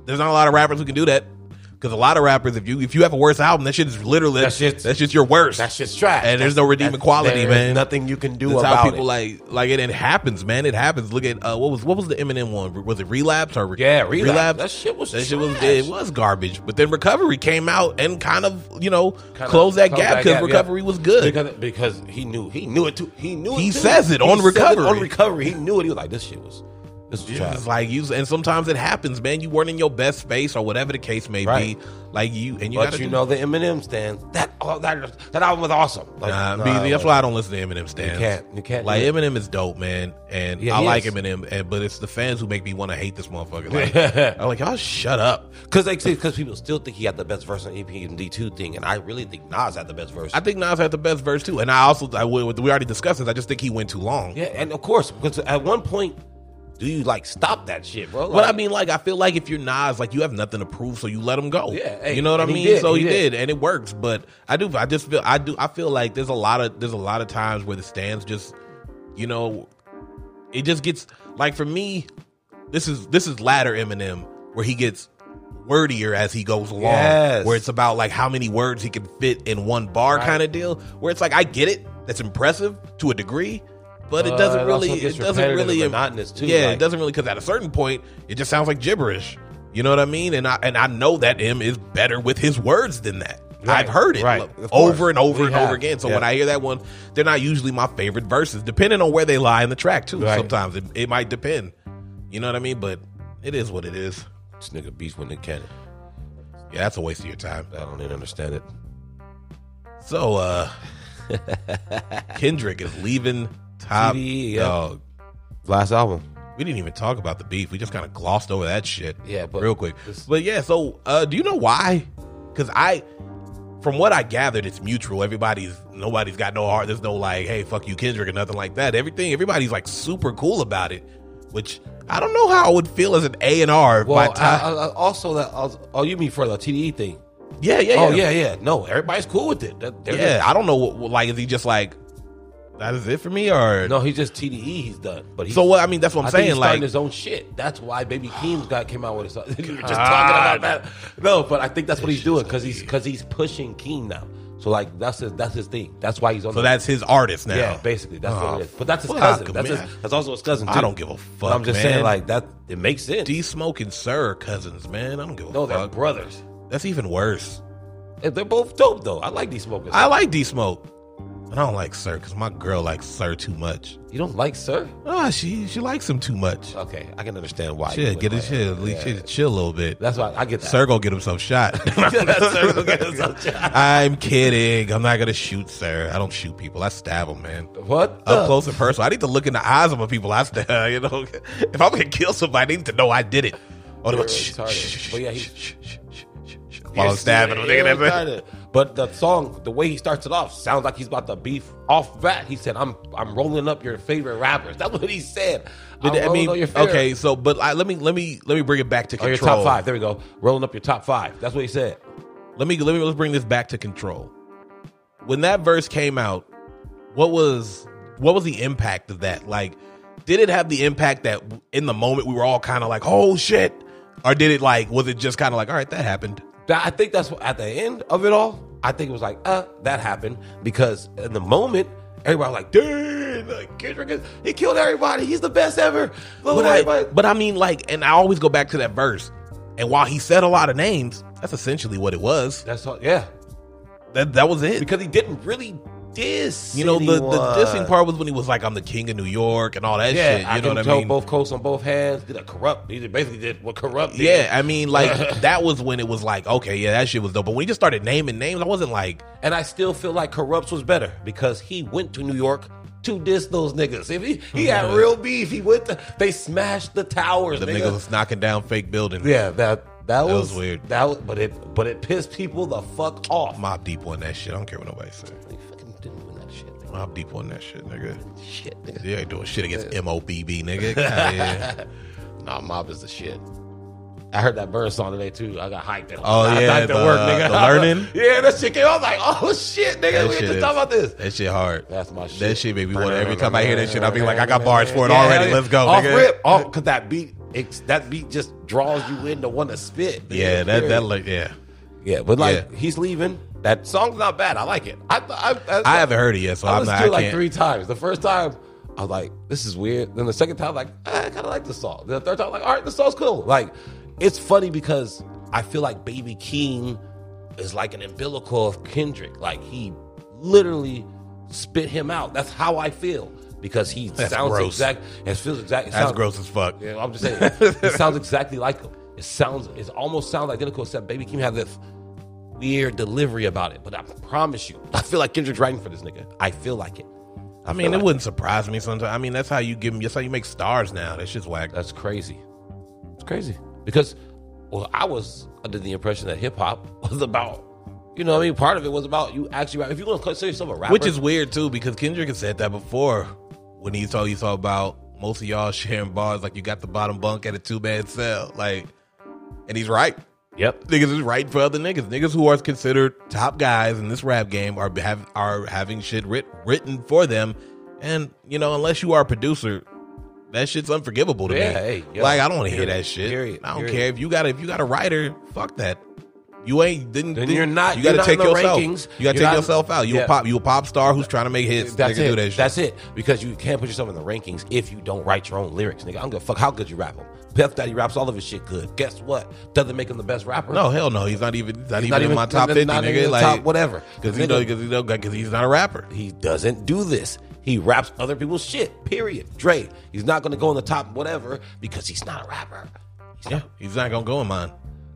There's not a lot of rappers who can do that because a lot of rappers, if you if you have a worse album, that shit is literally That that's, shit's- that's just your worst. That's just trash. And there's no redeeming that's- quality, there's man. Nothing you can do That's about how people it. like like it. It happens, man. It happens. Look at uh, what was what was the Eminem one? Was it Relapse or Yeah, Relapse. That shit was that shit was trash. it was garbage. But then Recovery came out and kind of you know Kinda closed that close gap because yeah. Recovery was good. Because, because he knew he knew it too. He knew it. He too. says it on said Recovery. on recovery, he knew it. He was like, "This shit was this was trash." it's like you and sometimes it happens, man. You weren't in your best space or whatever the case may Right. be. Like you and you but gotta you do- know the Eminem stands. That oh, that that album was awesome. Like, Nah, nah, me- that's like, why I don't listen to Eminem stands. can't- you can't Like do it. Eminem is dope, man, and Yeah, I he like is. Eminem, and, but it's the fans who make me want to hate this motherfucker. Like, I'm like, y'all shut up. Because they because people still think he had the best verse on EP and D two thing, and I really think Nas had the best verse. I think Nas had the best verse too, and I also I, we we already discussed this. I just think he went too long. yeah, and of course, because at one point, do you like stop that shit, bro? But I Like, mean, like, I feel like if you're Nas, like, you have nothing to prove, so you let him go. Yeah, hey, you know what I and he mean. did, so he, he did. did. and it works. But I do, I just feel, I do, I feel like there's a lot of there's a lot of times where the stands just, you know, it just gets like for me, this is this is latter Eminem where he gets wordier as he goes along, Yes. where it's about like how many words he can fit in one bar kind of deal. Where it's like, I get it, that's impressive to a degree. But it Uh, doesn't it really, also gets it doesn't repetitive really, and monotonous, too, yeah, it like- doesn't really because at a certain point it just sounds like gibberish. You know what I mean? And I and I know that M is better with his words than that. Right, I've heard it right, lo- of course. over and over We and have, over again. So yeah. when I hear that one, they're not usually my favorite verses, depending on where they lie in the track too. Right. Sometimes it, it might depend. You know what I mean? But it is what it is. this nigga beats when they can. it. Yeah, that's a waste of your time. I don't even understand it. So uh Kendrick is leaving top TDE, yeah. dog. Last album. We didn't even talk about the beef. We just kind of glossed over that shit. Yeah, but real quick. this- But yeah, so uh, do you know why? Because I, from what I gathered, it's mutual. Everybody's nobody's got no heart. There's no like, hey, fuck you, Kendrick, or nothing like that. Everything, everybody's like super cool about it. Which I don't know how I would feel as an A and R. Well, by I, time. I, I- also that. I was- oh, you mean for the TDE thing? yeah, yeah, Oh yeah, yeah. No, everybody's cool with it. That- they're yeah. I don't know. What, what- like, is he just like? That is it for me, or No, he's just TDE. He's done. But he's, so what? I mean, that's what I'm I think saying. he's starting Like, his own shit. That's why Baby Keem's got came out with his. you were just talking about that. No, but I think that's what he's doing because he's because he's pushing Keem now. So like that's his that's his thing. That's why he's on. so the, that's his artist now. Oh, yeah, basically that's what it is. But that's his fuck, cousin. That's, man. his, that's also his cousin. Too. I don't give a fuck. But I'm just man. saying like that. It makes sense. D Smoke and Sir are cousins, man. I don't give a no, they're fuck. brothers. that's even worse. Eh, They're both dope though. I like these smokers. I like D Smoke, and I don't like Sir because my girl likes Sir too much. you don't like Sir? Ah, she she likes him too much. Okay, I can understand why. you Shit, would get like his shit. At that. least Yeah. shit, chill a little bit. That's why I get that. Sir gonna get himself shot. Sir gonna get himself shot. I'm kidding. I'm not gonna shoot Sir. I don't shoot people. I stab them, man. What? Up the- close and personal. I need to look in the eyes of my people. I stab. You know, if I'm gonna kill somebody, I need to know I did it. Oh, You're no, shh, retarded. shh, shh, But yeah, he- shh, shh, shh, shh, shh, shh, while I'm stabbing him. Yeah, Nigga, that's it. retarded. But the song, the way he starts it off, sounds like he's about to beef off bat. He said, "I'm I'm rolling up your favorite rappers." That's what he said. But I'm I mean, rolling up your favorite- okay. So, but I, let me let me let me bring it back to or control. your top five. There we go. Rolling up your top five. That's what he said. Let me let me let's bring this back to control. When that verse came out, what was what was the impact of that? Like, did it have the impact that in the moment we were all kind of like, "Oh shit," or did it like was it just kind of like, "All right, that happened." That, I think that's what, at the end of it all. I think it was like, uh, that happened because in the moment, everybody was like, "Dude, like, Kendrick, is, he killed everybody. He's the best ever." Look But what I, everybody- but I mean, like, and I always go back to that verse. And while he said a lot of names, that's essentially what it was. that's all, yeah, That that was it. because he didn't really diss. You know, the, the anyone. dissing part was when he was like, "I'm the king of New York" and all that Yeah, shit. You I know can what I tell mean? both coasts on both hands. Did a corrupt. He basically did what corrupt. Did. Yeah, I mean, like that was when it was like, okay, yeah, that shit was dope. But when he just started naming names, I wasn't like, and I still feel like corrupts was better because he went to New York to diss those niggas. If he, he had real beef, he went. To, they smashed the towers. the nigga. nigga was knocking down fake buildings. Yeah, that that, was, was weird. That was, but it but it pissed people the fuck off. Mob deep on that shit. I don't care what nobody says. They fucking didn't win that shit. nigga. Mob deep on that shit, nigga. Shit, nigga. They ain't doing shit against MOBB, nigga. Get outta here. Nah, mob is the shit. I heard that bird song today too. I got hyped. At Oh, I yeah, got hyped the- at work, nigga. the learning? yeah, that shit came. I was like, oh shit, nigga. That We shit just is- talking about this. That shit hard. That's my shit. That shit made me want every time I hear that shit, I'll be like, I got bars for it Yeah, already. yeah. Let's go, Off nigga. rip, off because that beat, it's that beat just draws you in to want to spit. nigga. Yeah, that that Period. like yeah. yeah, but like yeah. he's leaving. That song's not bad. I like it. I I, I haven't heard it yet, so I I'm listened not. to I it like can't- three times. The first time, I was like, "This is weird." Then the second time, like, "Ah, I kind of like the song. Then the third time, like, "All right, the song's cool." Like, it's funny because I feel like Baby Keem is like an umbilical of Kendrick. Like he literally spit him out. That's how I feel because he sounds gross. exact. It feels exact. It That's sounds, gross as fuck. yeah, I'm just saying. it sounds exactly like him. It sounds, it almost sounds identical, except Baby Keem had this weird delivery about it. But I promise you, I feel like Kendrick's writing for this nigga. I feel like it. I mean, it wouldn't surprise me sometimes. I mean, that's how you give 'em- That's how you make stars now. That shit's whack. That's crazy. It's crazy because, well, I was under the impression that hip hop was about, you know, what I mean, part of it was about you actually. Rap. If you want to consider yourself a rapper, Which is weird too, because Kendrick has said that before when he told you talk about most of y'all sharing bars, like you got the bottom bunk at a two man cell, like, and he's right. yep, Niggas is right for other niggas. Niggas who are considered top guys in this rap game are have are having shit writ, written for them, and you know unless you are a producer, that shit's unforgivable to Yeah, me. hey, yo, like I don't want to hear period, that shit. period, I don't period. care if you got a, if you got a writer. Fuck that. You ain't didn't. Then didn't- you're not- You you're gotta not take in the yourself. rankings. You gotta You're take not- yourself out. You Yeah. a pop. You a pop star who's trying to make hits. That's Nigga, it. Do that shit. That's it. Because you can't put yourself in the rankings if you don't write your own lyrics, nigga. I don't give a fuck how good you rap them. Puff Daddy raps all of his shit good. Guess what? Doesn't make him the best rapper. no, hell no. He's not even. He's not, He's even, in my top not fifty, even nigga. in the Like top whatever. because Nigga, you know because you know because he's not a rapper. he doesn't do this. He raps other people's shit. Period. Dre. He's not gonna go in the top whatever because he's not a rapper. He's Yeah, he's not gonna go in mine.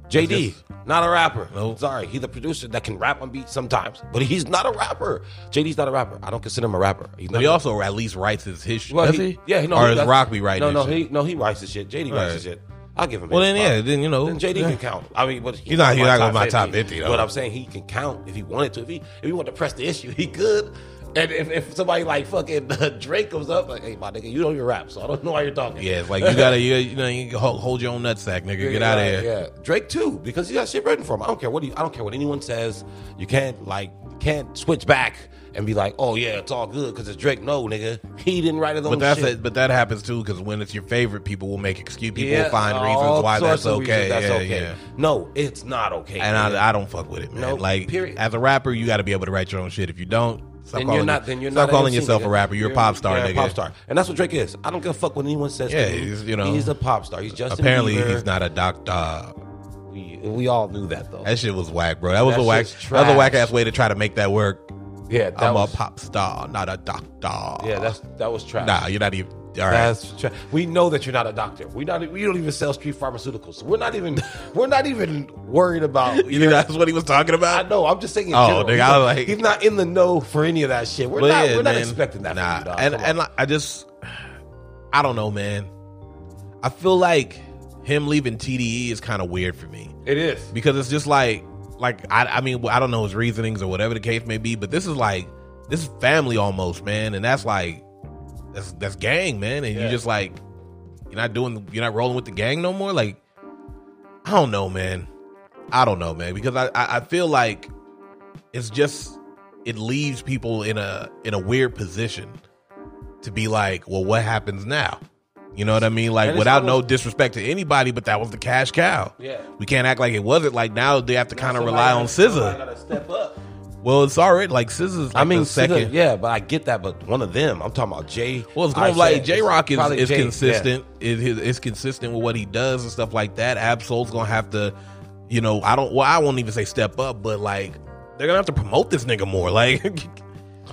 JD, not a rapper. No. Sorry, he's the producer that can rap on beats sometimes, but he's not a rapper. JD's not a rapper. I don't consider him a rapper. He's not But he also at least writes his history. Well, does he, he, Yeah, he- no, or he is does- Rock be writing? No, no, his shit? he no, he writes his shit. JD Right. writes his shit. I'll give him. Well, his then spot. yeah, then you know, Then JD yeah. can count. I mean, but He's not- he's not gonna be my top 50, though. But I'm saying he can count if he wanted to. If he if he wanted to press the issue, he could. And if, if somebody like fucking uh, Drake comes up, like, hey, my nigga, you don't even rap, so I don't know why you're talking. Yeah, it's like you gotta, you, you know, you can hold, hold your own nutsack, nigga. Get out of yeah, here. Yeah, Drake too, because he got shit written for him. I don't care what he, I don't care what anyone says. You can't like can't switch back and be like, oh yeah, it's all good because it's Drake. No, nigga, he didn't write his own But that's Oh, shit. it. But that happens too because when it's your favorite, people will make excuse. People Yeah, will find all reasons why sorts that's of reasons okay. that's yeah, okay. yeah. No, it's not okay. And nigga. I, I don't fuck with it, man. No, like, period. as a rapper, you got to be able to write your own shit. If you don't, stop then calling you're it- not. Then you're stop not calling MC, yourself nigga. a rapper. You're, a pop star, you're a nigga. pop star, and that's what Drake is. I don't give a fuck what anyone says. to Yeah, me. he's, you know. he's a pop star. He's Justin. Apparently, Bieber. he's not a doctor. We, we all knew that though. That shit was whack, bro. That was That a whack. shit's That was a trash. whack ass way to try to make that work. yeah, that I'm was, a pop star, not a doctor. Yeah, that's that was trash. nah. You're not even. All right. That's tra- we know that you're not a doctor. We not e, we don't even sell street pharmaceuticals. So we're not even we're not even worried about. you think that's what he was talking I about? know. I'm just saying. In Oh, general. nigga, He's I not- like- he's not in the know for any of that shit. We're But not. yeah, we're not man. expecting that. Nah, from you, dog. and Come on. and like, I just, I don't know, man. I feel like him leaving TDE is kind of weird for me it is. because it's just like, like I, I mean, I don't know his reasonings or whatever the case may be, but this is like, this is family almost, man, and that's like, that's that's gang, man, and Yeah. you just like, you're not doing, you're not rolling with the gang no more. Like, I don't know, man. I don't know, man, because I, I, I feel like it's just it leaves people in a in a weird position to be like, well, what happens now? You know what I mean? And Like it's without no almost- disrespect to anybody, but that was the cash cow. Yeah. We can't act like it wasn't. Like now they have to kind of Somebody rely on gotta- somebody SZA. gotta step up. Well, it's already like SZA's like I mean, the second. SZA, yeah, but I get that. But one of them, I'm talking about Jay. Well, it's I going like said, J Rock is, probably is Jay, yeah. consistent. Is his is consistent with what he does and stuff like that. Absol's gonna have to, you know, I don't. Well, I won't even say step up, but like they're gonna have to promote this nigga more, like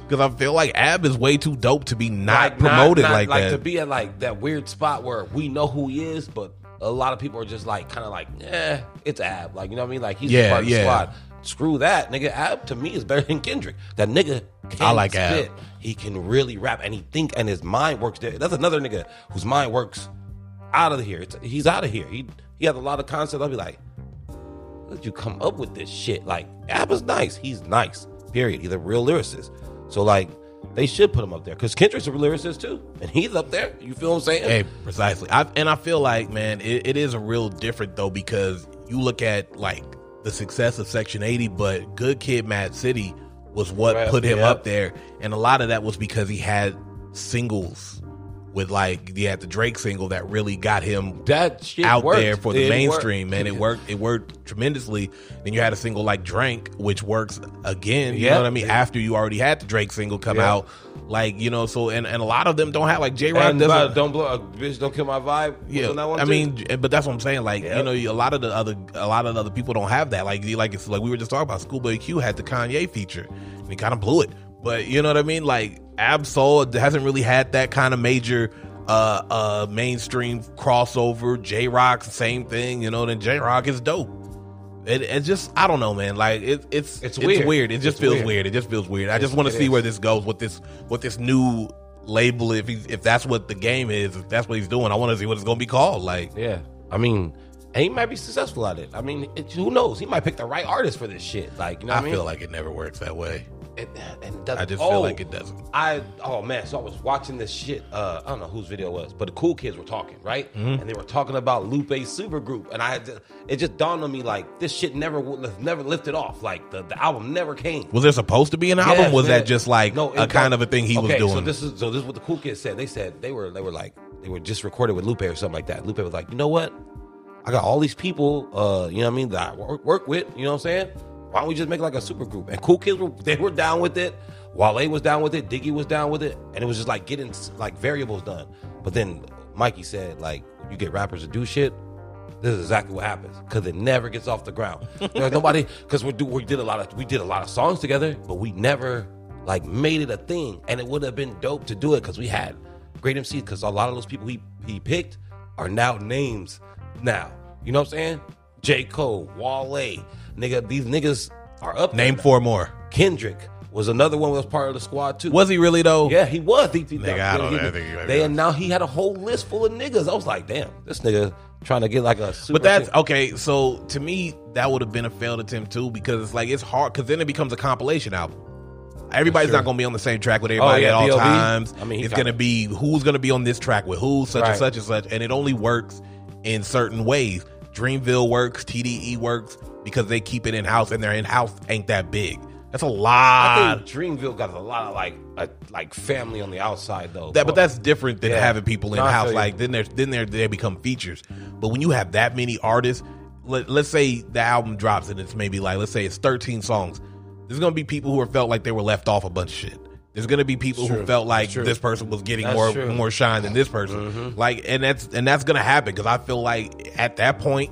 because I feel like Ab is way too dope to be not Like, promoted not- like, that. to be at like that weird spot where we know who he is, but a lot of people are just like kind of like, eh, it's Ab. Like you know what I mean? Like he's Yeah, part of the yeah. squad. Screw that, nigga. Ab to me is better than Kendrick. That nigga can I like Ab. spit. He can really rap, and he think, and his mind works. There. That's another nigga whose mind works out of here. It's, he's out of here. He he has a lot of concepts. I'll be like, how did you come up with this shit? Like, Abba's nice. He's nice. Period. He's a real lyricist. So like, they should put him up there because Kendrick's a real lyricist too, and he's up there. You feel what I'm saying? Hey, precisely. I, and I feel like, man, it, it is a real different though because you look at like the success of Section 80, but Good Kid, Mad City was what Right, put him yeah. up there, and a lot of that was because he had singles with like he had the Drake single that really got him That shit out worked. there for the It mainstream, worked. man. It worked. It worked tremendously. Then you had a single like "Drink," which works again. You Yeah. know what I mean? After you already had the Drake single come Yeah. out, like you know, so and, and a lot of them don't have like J Rock And doesn't. uh, don't blow, uh, bitch, don't kill my vibe. was Yeah, on that one I too. mean, j- but that's what I'm saying. Like, Yeah. you know, you- a lot of the other, a lot of the other people don't have that. Like, you- like it's like we were just talking about. Schoolboy Q had the Kanye feature, and he kind of blew it. But you know what I mean? Like, Absol hasn't really had that kind of major, uh, uh, mainstream crossover. J Rock, same thing. You know, then J Rock is dope. It, it's just I don't know, man. Like it, it's It's weird. It just It's feels weird. weird. It just feels weird. I just want to it see is. where this goes. What this what this new label if he's if that's what the game is if that's what he's doing. I want to see what it's gonna be called. Like yeah. I mean, and he might be successful at it. I mean, it, who knows? He might pick the right artist for this shit. Like you know, I, what I mean? feel like it never works that way. it, and it doesn't- I just oh, feel like it doesn't. I oh man, so I was watching this shit. Uh, I don't know whose video it was, but the cool kids were talking, right? Mm-hmm. And they were talking about Lupe's supergroup, and I had to- it just dawned on me like this shit never would- never lifted off. Like the, the album never came. Was there supposed to be an album? Yes, was yeah. that just like No, a it- kind of a thing he okay, was So doing? this is so this is what the cool kids said. They said they were they were like they were just recorded with Lupe or something like that. Lupe was like, you know what? I got all these people, uh, you know what I mean, that I work, work with, you know what I'm saying? Why don't we just make like a super group? And cool kids were they were down with it. Wale was down with it, Diggy was down with it, and it was just like getting like variables done. But then Mikey said, like, you get rappers to do shit, this is exactly what happens because it never gets off the ground. There's nobody because we do we did a lot of we did a lot of songs together, but we never like made it a thing. And it would have been dope to do it because we had great MCs. Because a lot of those people he he picked are now names now. You know what I'm saying? J Cole, Wale, nigga, these niggas are up. there Name now. four more. Kendrick was another one that was part of the squad too. Was he really though? Yeah, he was. He, he- Nigga, I don't he- know. I think he might be they right. and now he had a whole list full of niggas. I was like, damn, this nigga trying to get like a. Super But that's team. okay. So to me, that would have been a failed attempt too, because it's like it's hard. Because then it becomes a compilation album. Everybody's Sure. not going to be on the same track with everybody Oh, yeah, at all B.O.B.. times. I mean, he it's got- going to be who's going to be on this track with who, such Right. and such and such, and it only works in certain ways. E Dreamville works, TDE works because they keep it in house, and their in house ain't that big. That's a I lot. think Dreamville got a lot of like a, like family on the outside though. That, but that's different than Yeah. having people in No, I house. feel you. Like then there's then they they become features. But when you have that many artists, let, let's say the album drops and it's maybe like let's say it's 13 songs. There's gonna be people who are felt like they were left off a bunch of shit. There's gonna be people who true. felt like It's true. this person was getting That's more true. Mm-hmm. more shine than this person. Like and that's and that's gonna happen because I feel like at that point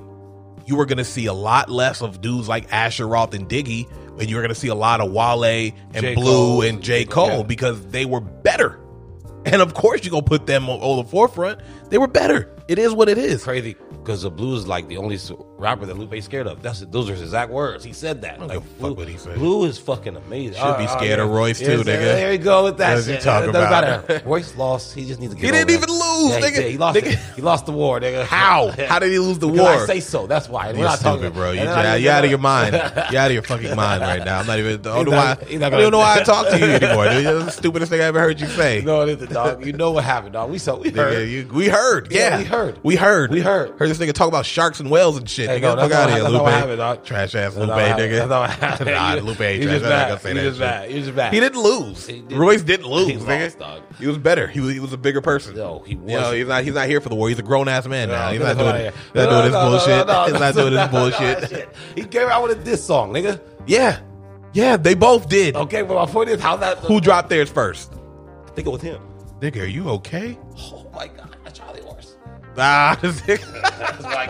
you were gonna see a lot less of dudes like Asher Roth and Diggy, and you were gonna see a lot of Wale and J. Blue Cole. and J. Cole Yeah. because they were better. And of course, you're going to put them on, on the forefront. They were better. It is what it is. crazy because the blues is like the only s- rapper that Lupe scared of. That's those are his exact words. He said that. don't like, give a fuck blue, what he said. Blue is fucking amazing. Uh, Should be scared of Royce too, nigga. There you go with that. What you shit. talking It doesn't about? matter. Royce lost. He just needs to get. He didn't over even it. lose, Yeah, he nigga. did. He lost. Nigga. It. He lost the war, nigga. How? How did he lose the Because I war? say so. That's why. We're You're not talking stupid, bro. And You then I just, just- you're out of your mind. You're out of your fucking mind right now. I'm not even. I don't, know why, not- he's not I gonna- don't know why I talk to you anymore. Dude. You're the stupidest thing I ever heard you say. No, it isn't, dog. You know what happened, dog. We saw. We Nigga, heard. you, we heard. Yeah, Yeah, we heard. We heard. We heard. Heard this nigga talk about sharks and whales and shit. Hey, nigga, no, fuck that's out of not- here, that's not Lupe. what happened, dog. Trash ass That's Lupe, not what happened. nigga. That's not what happened. Nah, You- Lupe you ain't trash. just I'm not gonna bad. say You that just shit. bad. You just bad. He didn't lose. He didn't. Royce didn't lose, He nigga. lost, dog. He was better. He was, he was a bigger person. No, he You know, wasn't. he's not. He's not here for the war. He's a grown ass man now. No, He's not get the doing. fuck outta He's not doing this bullshit. here. No, no, no, no, no, He's not doing this no, no, no, bullshit. shit. He came out with a diss song, nigga. Yeah, yeah. They both did. Okay, but my point is, how that? Who dropped theirs first? I think it was him. Nigga, are you okay? Oh my god, Charlie Horse. Ah, this nigga. That's what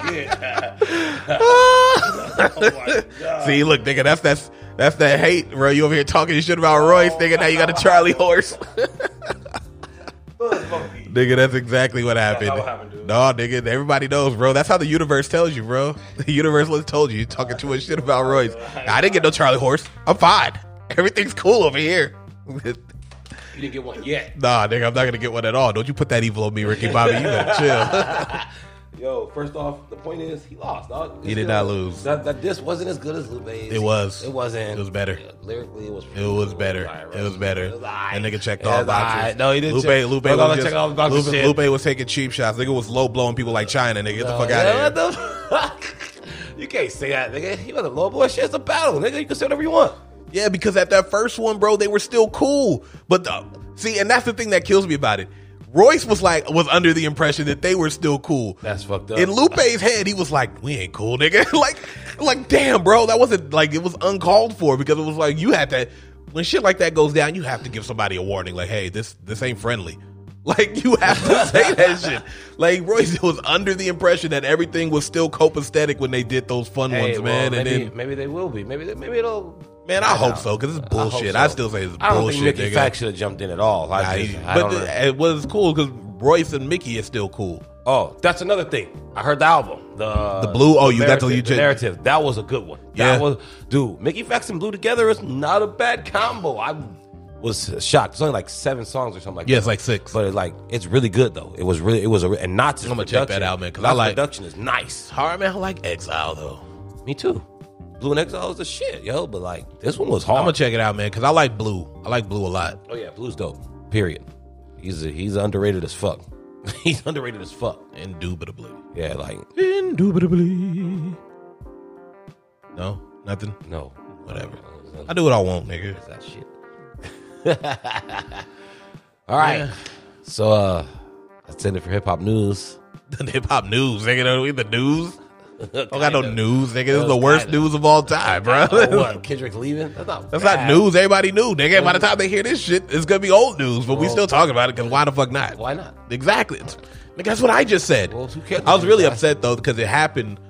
I get. See, look, nigga, that's that's that's that hate, bro. You over here talking shit about Royce, nigga. Now you got a Charlie horse. Nigga, that's exactly what happened. not what happened, dude. No, nigga, everybody knows, bro. That's how the universe tells you, bro. The universe was told you. You talking too much shit about Royce. I didn't get no Charlie horse. I'm fine. Everything's cool over here. you didn't get one yet. nah, nigga, I'm not gonna get one at all. Don't you put that evil on me, Ricky Bobby. You better chill. Yo, first off, the point is he lost, dog. He did not lose. That, that this wasn't as good as Lupe's. It was. It wasn't. It was better. Lyrically, it was. It was better. alright, It was better. It was alright. That nigga checked It all was boxes. alright. No, he didn't. Lupe, check- Lupe, No, no, was check just, all the boxes. Lupe, shit. Lupe was taking cheap shots. Nigga was low blowing people like China. Nigga, get the fuck oh, Yeah, out of here. What the fuck? You can't say that, nigga. He was a low boy. Shit's a battle, nigga. You can say whatever you want. Yeah, because at that first one, bro, they were still cool. But the, see, and that's the thing that kills me about it. Royce was like was under the impression that they were still cool. That's fucked up. In Lupe's head, he was like, "We ain't cool, nigga." like, like, damn, bro, that wasn't like it was uncalled for because it was like you had to. When shit like that goes down, you have to give somebody a warning, like, "Hey, this this ain't friendly." Like you have to say that shit. Like Royce was under the impression that everything was still copacetic when they did those fun Hey, ones, well, man. and maybe, then maybe they will be. Maybe they, maybe it'll. Man, I don't hope know. so because it's I hope bullshit. so. I, still say it's I don't think bullshit, Mickey nigga. Fax should have jumped in at all. Like, Nah, this. he- I but don't know. the- it was cool because Royce and Mickey is still cool. oh, that's another thing. I heard the album, the The Blue- oh, you got the- narrative, you the check- narrative. That was a good one. Yeah. that was dude. Mickey Fax and Blue together is not a bad combo. I was shocked. It's only like seven songs or something like Yeah, that. it's like six. But it's like it's really good though. It was really it was a re- and Knots. I'ma check that out, man, 'cause I like- production is nice. hard man, I like Exile though. Me too. Blue and Exile is the shit, yo. But like this one was hard. I'm gonna check it out, man, because I like Blue. I like Blue a lot. Oh yeah, Blue's dope. Period. He's he's underrated as fuck. he's underrated as fuck. Indubitably. Yeah, like Indubitably. No, nothing. no, Whatever. I do what I want, nigga. Is that shit. All right. So uh that's it for hip hop news. The hip hop news, nigga. We the news. I don't got no Kinda. news, nigga. This is the Kinda. worst news of all time, bro. Oh, what? Kendrick's leaving? That's not That's not bad. news. Everybody knew, nigga. By the time they hear this shit, it's gonna be old news, but we still talking about it because why the fuck not? Why not? Exactly. It's- nigga, that's what I just said. Well, who cares? I was really upset though because it happened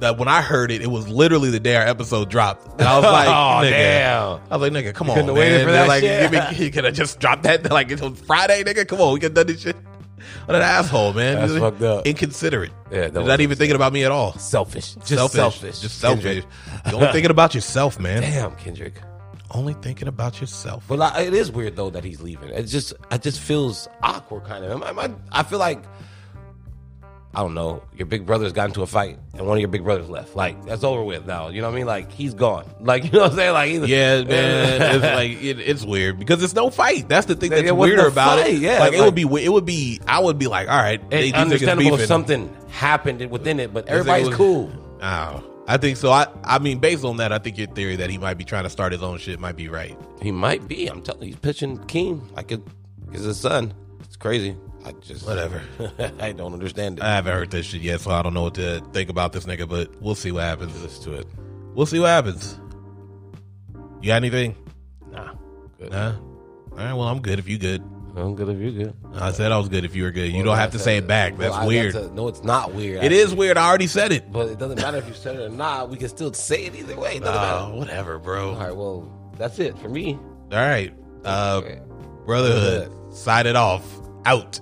that when I heard it, it was literally the day our episode dropped, and I was like, Oh, nigga. damn. I was like, nigga, come on, couldn't man. have waited for They're that like, shit? give me, you could have just dropped that. Like it was Friday, nigga. Come on, we could have done this shit. What an asshole, man. That's Really fucked up. Inconsiderate. Yeah, that They're was not even thinking about me at all. Selfish. Just selfish. Just Kendrick. selfish. You're only thinking about yourself, man. Damn, Kendrick. Only thinking about yourself. But like, it is weird though that he's leaving. It just it just feels awkward, kind of. Am I, am I, I feel like I don't know. Your big brother's got into a fight, and one of your big brothers left. Like that's over with now. You know what I mean? Like he's gone. Like you know what I'm saying? Like he's, Yeah, man, it's like it, it's weird because it's no fight. That's the thing There- that's there wasn't weirder a about it. fight, yeah, like, it like- would be, we- it would be, I would be like, all right, It's these niggas understandable if beefing. something happened within it, but This nigga everybody's was- cool. Oh, I think so. I I mean, based on that, I think your theory that he might be trying to start his own shit might be right. He might be. I'm telling you, he's pitching Keem like it, it's his son. It's crazy. I just Whatever. I don't understand it. I haven't heard this shit yet, so I don't know what to think about this nigga. But we'll see what happens. Let's do it. We'll see what happens. You got anything? Nah. Good. Nah. All right. Well, I'm good. If you good, I'm good if you're good. I said I was good. If you were good, you Well, don't have to that's say a- it back. well, That's I- weird. a- no, it's not weird. it is weird. I already said it. But it doesn't matter if you said it or not. We can still say it either way. It doesn't Uh, matter. whatever, bro. All right, well, that's it for me. All right. Uh, Okay. Brotherhood, sign it off. Out.